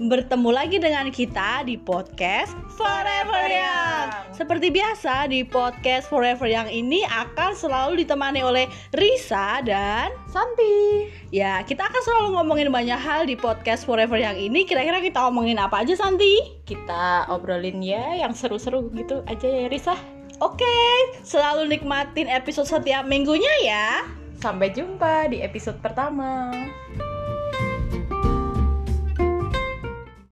bertemu lagi dengan kita di podcast Forever Young. Seperti biasa di podcast Forever Young ini akan selalu ditemani oleh Risa dan Santi. ya kita akan selalu ngomongin banyak hal di podcast Forever Young ini. Kira-kira kita ngomongin apa aja Santi? Kita obrolin ya yang seru-seru gitu aja ya Risa. Oke, selalu nikmatin episode setiap minggunya ya. Sampai jumpa di episode pertama.